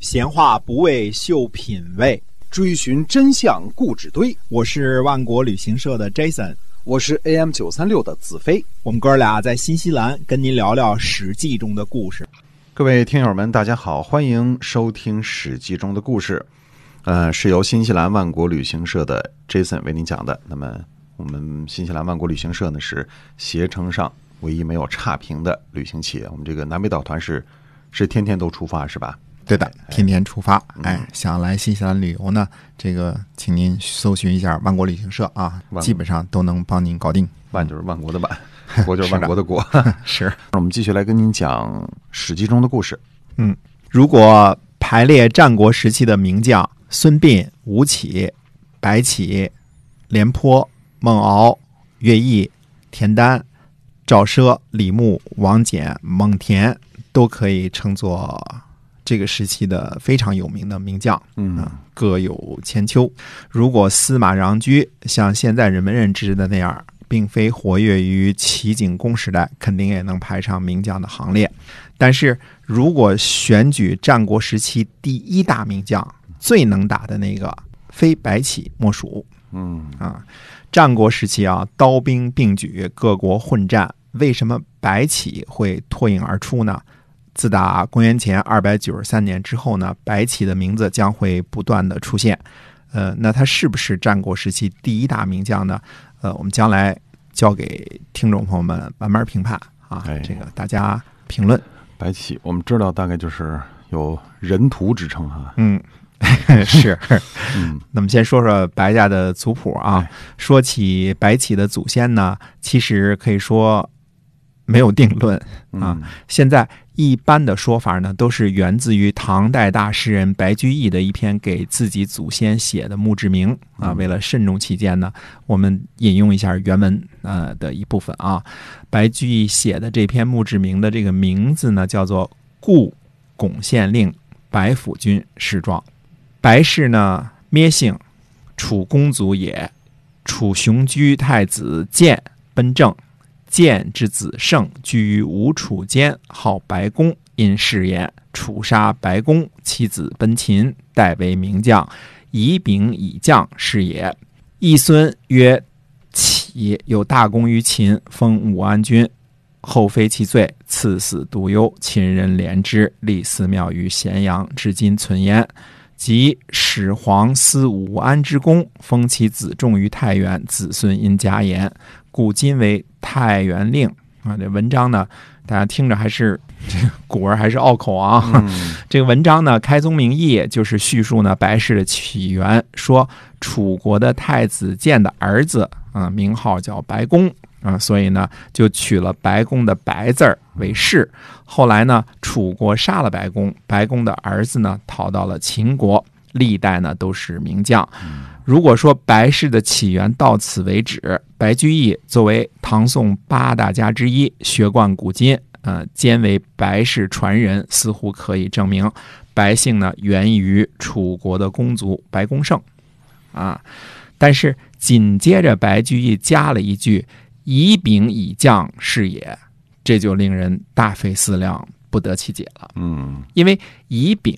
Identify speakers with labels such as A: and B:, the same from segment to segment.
A: 闲话不为秀品味，
B: 追寻真相故纸堆。
A: 我是万国旅行社的 Jason，
B: 我是 AM 九三六的子飞。
A: 我们哥俩在新西兰跟您聊聊《史记》中的故事。
C: 各位听友们，大家好，欢迎收听《史记》中的故事。呃，是由新西兰万国旅行社的 Jason 为您讲的。那么，我们新西兰万国旅行社呢是携程上唯一没有差评的旅行企业。我们这个南北岛团是是天天都出发是吧？
D: 对的，天天出发。
B: 嗯
D: 哎，想来新西兰旅游呢，这个请您搜寻一下万国旅行社啊
C: 万，
D: 基本上都能帮您搞定。
C: 万就是万国的 万，国就是万啊国的国。
D: 是，
C: 我们继续来跟您讲《史记》中的故事。
A: 如果排列战国时期的名将孙膑、吴起、白起、廉颇、孟敖、乐毅、田丹、赵奢、李牧、王翦、蒙恬，都可以称作这个时期的非常有名的名将。
C: 嗯
A: 啊，各有千秋。如果司马穰苴像现在人们认知的那样，并非活跃于齐景公时代，肯定也能排上名将的行列。但是如果选举战国时期第一大名将，最能打的那个，非白起莫属。
C: 嗯
A: 啊，战国时期啊，刀兵并举，各国混战。为什么白起会脱颖而出呢？自打公元前二百九十三年之后呢，白起的名字将会不断的出现。呃，那他是不是战国时期第一大名将呢？呃，我们将来交给听众朋友们慢慢评判啊
C: 哎，
A: 这个大家评论。
C: 白起，我们知道大概就是有人屠之称哈。
A: 嗯， 是。
C: 嗯
A: 那么先说说白家的族谱啊。说起白起的祖先呢，其实可以说没有定论。啊
C: 嗯
A: 现在一般的说法呢，都是源自于唐代大诗人白居易的一篇给自己祖先写的墓志铭啊。
C: 嗯
A: 为了慎重起见呢，我们引用一下原文呃的一部分啊。白居易写的这篇墓志铭的这个名字呢，叫做《故巩县令白府君侍状》。白氏呢，咩姓，楚公族也。楚雄居太子建奔正，建之子胜居于吴楚间，号白公，因事言。楚杀白公，妻子奔秦，代为名将，以丙以将是也。一孙曰启，有大功于秦，封武安君。后非其罪，赐死独忧。秦人怜之，立寺庙于咸阳，至今存焉。即始皇思武安之功，封其子仲于太原，子孙因家言，故今为太原令。啊，这文章呢，大家听着还是 这个古文还是拗口啊。
C: 嗯
A: 这个文章呢，开宗明义就是叙述呢白氏的起源，说楚国的太子建的儿子啊、名号叫白公啊、所以呢就取了白公的白字儿为氏。后来呢，楚国杀了白公，白公的儿子呢逃到了秦国，历代呢都是名将。如果说白氏的起源到此为止，白居易作为唐宋八大家之一，学贯古今，呃，兼为白氏传人，似乎可以证明白姓呢源于楚国的公族白公胜，啊，但是紧接着白居易加了一句“以丙以将是也”，这就令人大费思量，不得其解了。
C: 嗯
A: 因为乙丙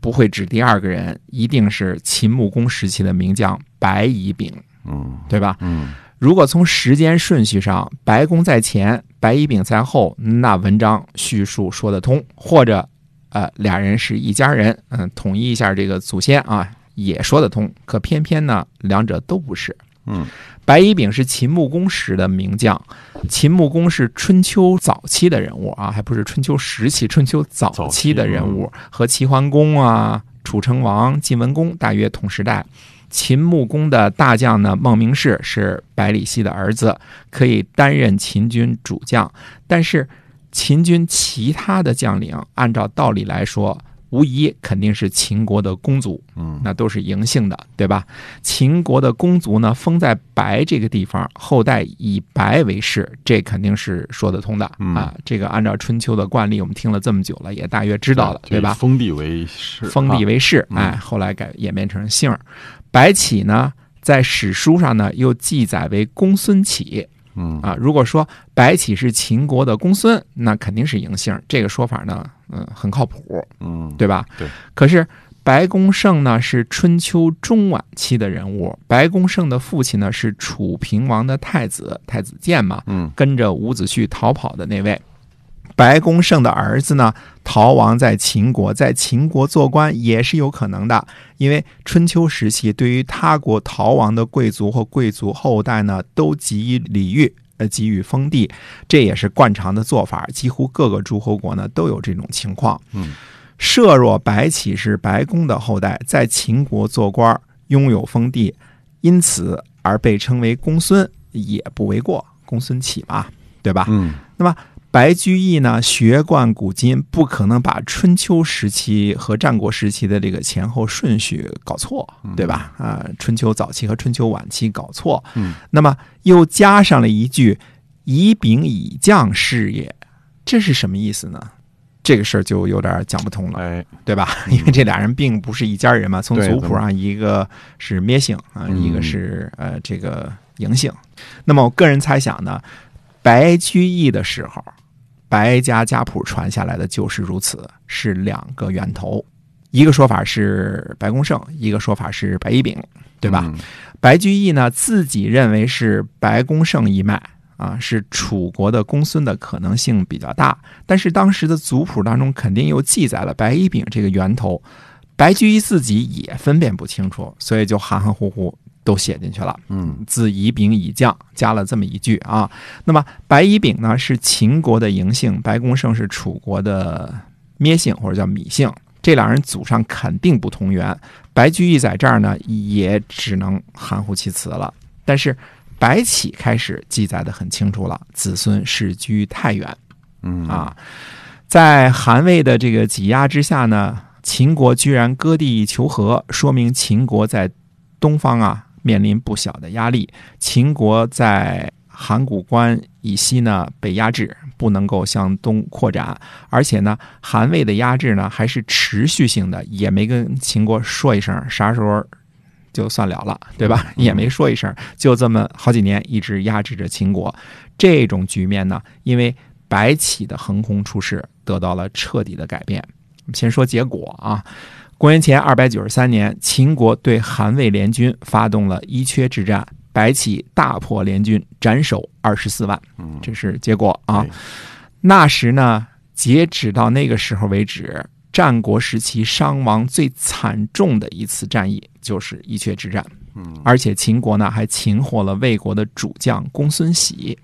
A: 不会指第二个人，一定是秦穆公时期的名将白乙丙，
C: 嗯
A: 对吧？
C: 嗯
A: 如果从时间顺序上，白公在前，白乙丙在后，那文章叙述说得通，或者呃俩人是一家人，嗯，统一一下这个祖先啊也说得通。可偏偏呢，两者都不是。
C: 嗯，
A: 白乙丙是秦穆公时的名将，秦穆公是春秋早期的人物啊，还不是春秋时期，春秋早期嗯的人物，和齐桓公啊、楚成王、晋文公大约同时代。秦穆公的大将呢，孟明视是百里奚的儿子，可以担任秦军主将。但是秦军其他的将领，按照道理来说，无疑肯定是秦国的公族，
C: 嗯
A: 那都是嬴姓的，对吧？秦国的公族呢，封在白这个地方，后代以白为氏，这肯定是说得通的
C: 嗯
A: 啊。这个按照春秋的惯例，我们听了这么久了，也大约知道了，
C: 就以
A: 对吧？
C: 封地为是
A: 封地
C: 为
A: 为氏，
C: 嗯
A: 哎，后来改演变成姓儿。白起呢，在史书上呢又记载为公孙起，
C: 嗯
A: 啊。如果说白起是秦国的公孙，那肯定是嬴姓，这个说法呢，嗯，很靠谱，
C: 嗯，
A: 对吧？
C: 对。
A: 可是白公胜呢，是春秋中晚期的人物。白公胜的父亲呢，是楚平王的太子，太子建嘛，
C: 嗯
A: 跟着伍子胥逃跑的那位。白公胜的儿子呢，逃亡在秦国，在秦国做官也是有可能的，因为春秋时期对于他国逃亡的贵族或贵族后代呢，都给予礼遇，呃，给予封地，这也是惯常的做法，几乎各个诸侯国呢都有这种情况。
C: 嗯，
A: 设若白起是白公的后代，在秦国做官，拥有封地，因此而被称为公孙，也不为过。公孙起嘛，对吧？
C: 嗯
A: 白居易呢，学贯古今，不可能把春秋时期和战国时期的这个前后顺序搞错，对吧？啊、春秋早期和春秋晚期搞错。
C: 嗯，
A: 那么又加上了一句“以丙以将是也”，这是什么意思呢？这个事儿就有点讲不通了。
C: 哎，
A: 对吧？因为这俩人并不是一家人嘛，从
C: 对
A: 族谱上一个是咩姓啊，
C: 嗯
A: 一个是呃这个嬴姓。那么我个人猜想呢，白居易的时候，白家家谱传下来的就是如此，是两个源头。一个说法是白公胜，一个说法是白一丙，对吧？
C: 嗯？
A: 白居易呢自己认为是白公胜一脉啊，是楚国的公孙的可能性比较大。但是当时的族谱当中肯定又记载了白乙丙这个源头，白居易自己也分辨不清楚，所以就含含糊糊都写进去了。
C: 嗯
A: 自乙丙乙将，加了这么一句啊。那么白乙丙呢是秦国的嬴姓，白公胜是楚国的咩姓或者叫芈姓，这两人祖上肯定不同源。白居易在这儿呢也只能含糊其辞了。但是白起开始记载的很清楚了，子孙世居太原。
C: 嗯
A: 啊，在韩魏的这个挤压之下呢，秦国居然割地求和，说明秦国在东方啊面临不小的压力。秦国在函谷关以西呢被压制，不能够向东扩展，而且呢，韩魏的压制呢还是持续性的，也没跟秦国说一声啥时候。就算了了，对吧？也没说一声，就这么好几年一直压制着秦国。这种局面呢，因为白起的横空出世得到了彻底的改变。我们先说结果啊，公元前二百九十三年，秦国对韩魏联军发动了伊阙之战，白起大破联军，斩首二十四万，
C: 嗯
A: 这是结果啊
C: 对。
A: 那时呢，截止到那个时候为止，战国时期伤亡最惨重的一次战役就是伊阙之战。
C: 嗯
A: 而且秦国呢还擒获了魏国的主将公孙喜。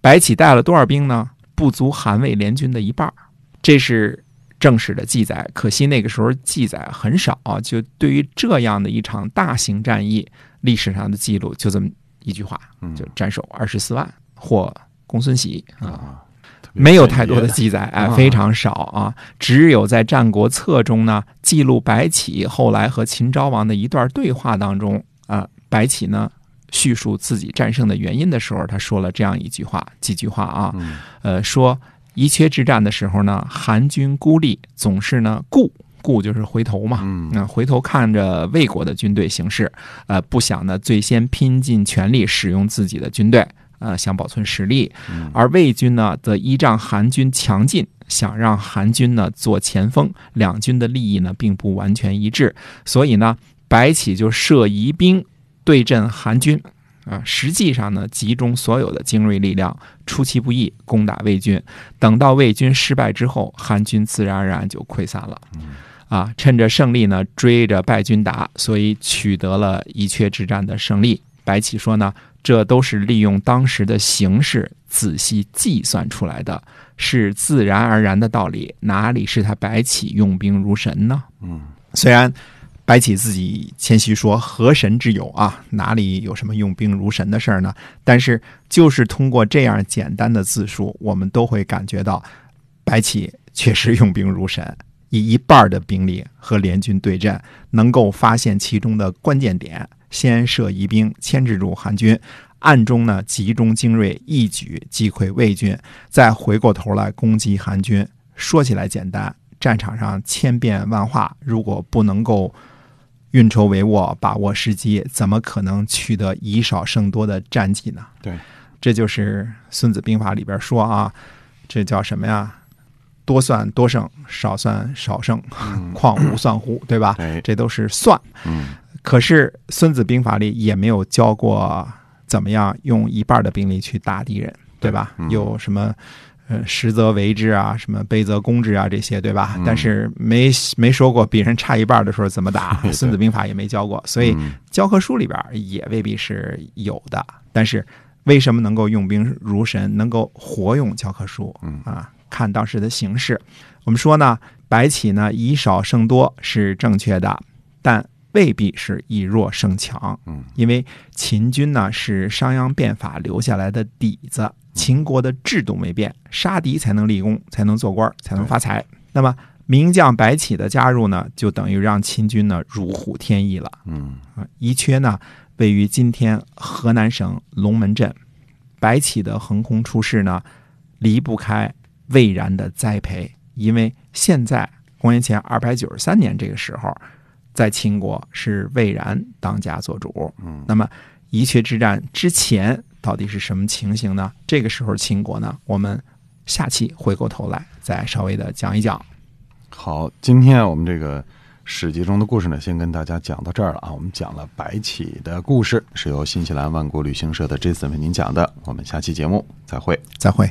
A: 白起带了多少兵呢？不足韩魏联军的一半儿，这是正史的记载。可惜那个时候记载很少、啊就对于这样的一场大型战役，历史上的记录就这么一句话，
C: 嗯
A: 就斩首二十四万或公孙喜啊。
C: 啊，特别
A: 没有太多的
C: 简洁
A: 记载，哎
C: 啊，
A: 非常少啊。只有在《战国策》中呢，记录白起后来和秦昭王的一段对话当中啊、白起呢叙述自己战胜的原因的时候，他说了这样一句话，几句话啊，
C: 嗯
A: 呃，说宜阙之战的时候呢，韩军孤立，总是呢顾顾就是回头嘛，
C: 嗯
A: 那回头看着魏国的军队形势，呃，不想呢最先拼尽全力使用自己的军队，呃，想保存实力
C: 嗯；
A: 而魏军呢，则依仗韩军强劲，想让韩军呢做前锋，两军的利益呢并不完全一致，所以呢，白起就设疑兵对阵韩军。啊，实际上呢，集中所有的精锐力量，出其不意攻打魏军。等到魏军失败之后，韩军自然而然就溃散了。啊，趁着胜利呢追着败军打，所以取得了宜阙之战的胜利。白起说呢，这都是利用当时的形势仔细计算出来的，是自然而然的道理，哪里是他白起用兵如神呢？
C: 嗯
A: 虽然白起自己谦虚说“河神之友”啊，哪里有什么用兵如神的事儿呢？但是就是通过这样简单的自述，我们都会感觉到白起确实用兵如神，以一半的兵力和联军对阵，能够发现其中的关键点，先设疑兵牵制住韩军。暗中呢集中精锐，一举击溃魏军，再回过头来攻击韩军。说起来简单，战场上千变万化，如果不能够运筹帷幄、把握时机，怎么可能取得以少胜多的战绩呢？
C: 对，
A: 这就是《孙子兵法》里边说啊，这叫什么呀？多算多胜，少算少胜， 况无算乎？对吧？
C: 嗯哎，
A: 这都是算。
C: 嗯
A: 可是《孙子兵法》里也没有教过怎么样用一半的兵力去打敌人，对吧？
C: 对嗯
A: 有什么呃实则为之啊，什么卑则攻之啊这些，对吧？
C: 嗯
A: 但是没没说过比人差一半的时候怎么打，
C: 对
A: 孙子兵法》也没教过，所以
C: 嗯
A: 教科书里边也未必是有的。但是为什么能够用兵如神，能够活用教科书
C: 嗯
A: 啊？看当时的形势，我们说呢，白起呢以少胜多是正确的，但未必是以弱胜强。
C: 嗯，
A: 因为秦军呢是商鞅变法留下来的底子，秦国的制度没变，杀敌才能立功，才能做官儿，才能发财。那么名将白起的加入呢，就等于让秦军呢如虎添翼了。
C: 嗯
A: 啊，宜阙呢位于今天河南省龙门镇。白起的横空出世呢，离不开魏然的栽培，因为现在公元前二百九十三年这个时候，在秦国是魏然当家做主。
C: 嗯，
A: 那么宜阙之战之前到底是什么情形呢？这个时候秦国呢，我们下期回过头来再稍微的讲一讲。
C: 好，今天啊我们这个史记中的故事呢，先跟大家讲到这儿了啊。我们讲了白起的故事，是由新西兰万国旅行社的 Jason 为您讲的。我们下期节目再会。
A: 再会。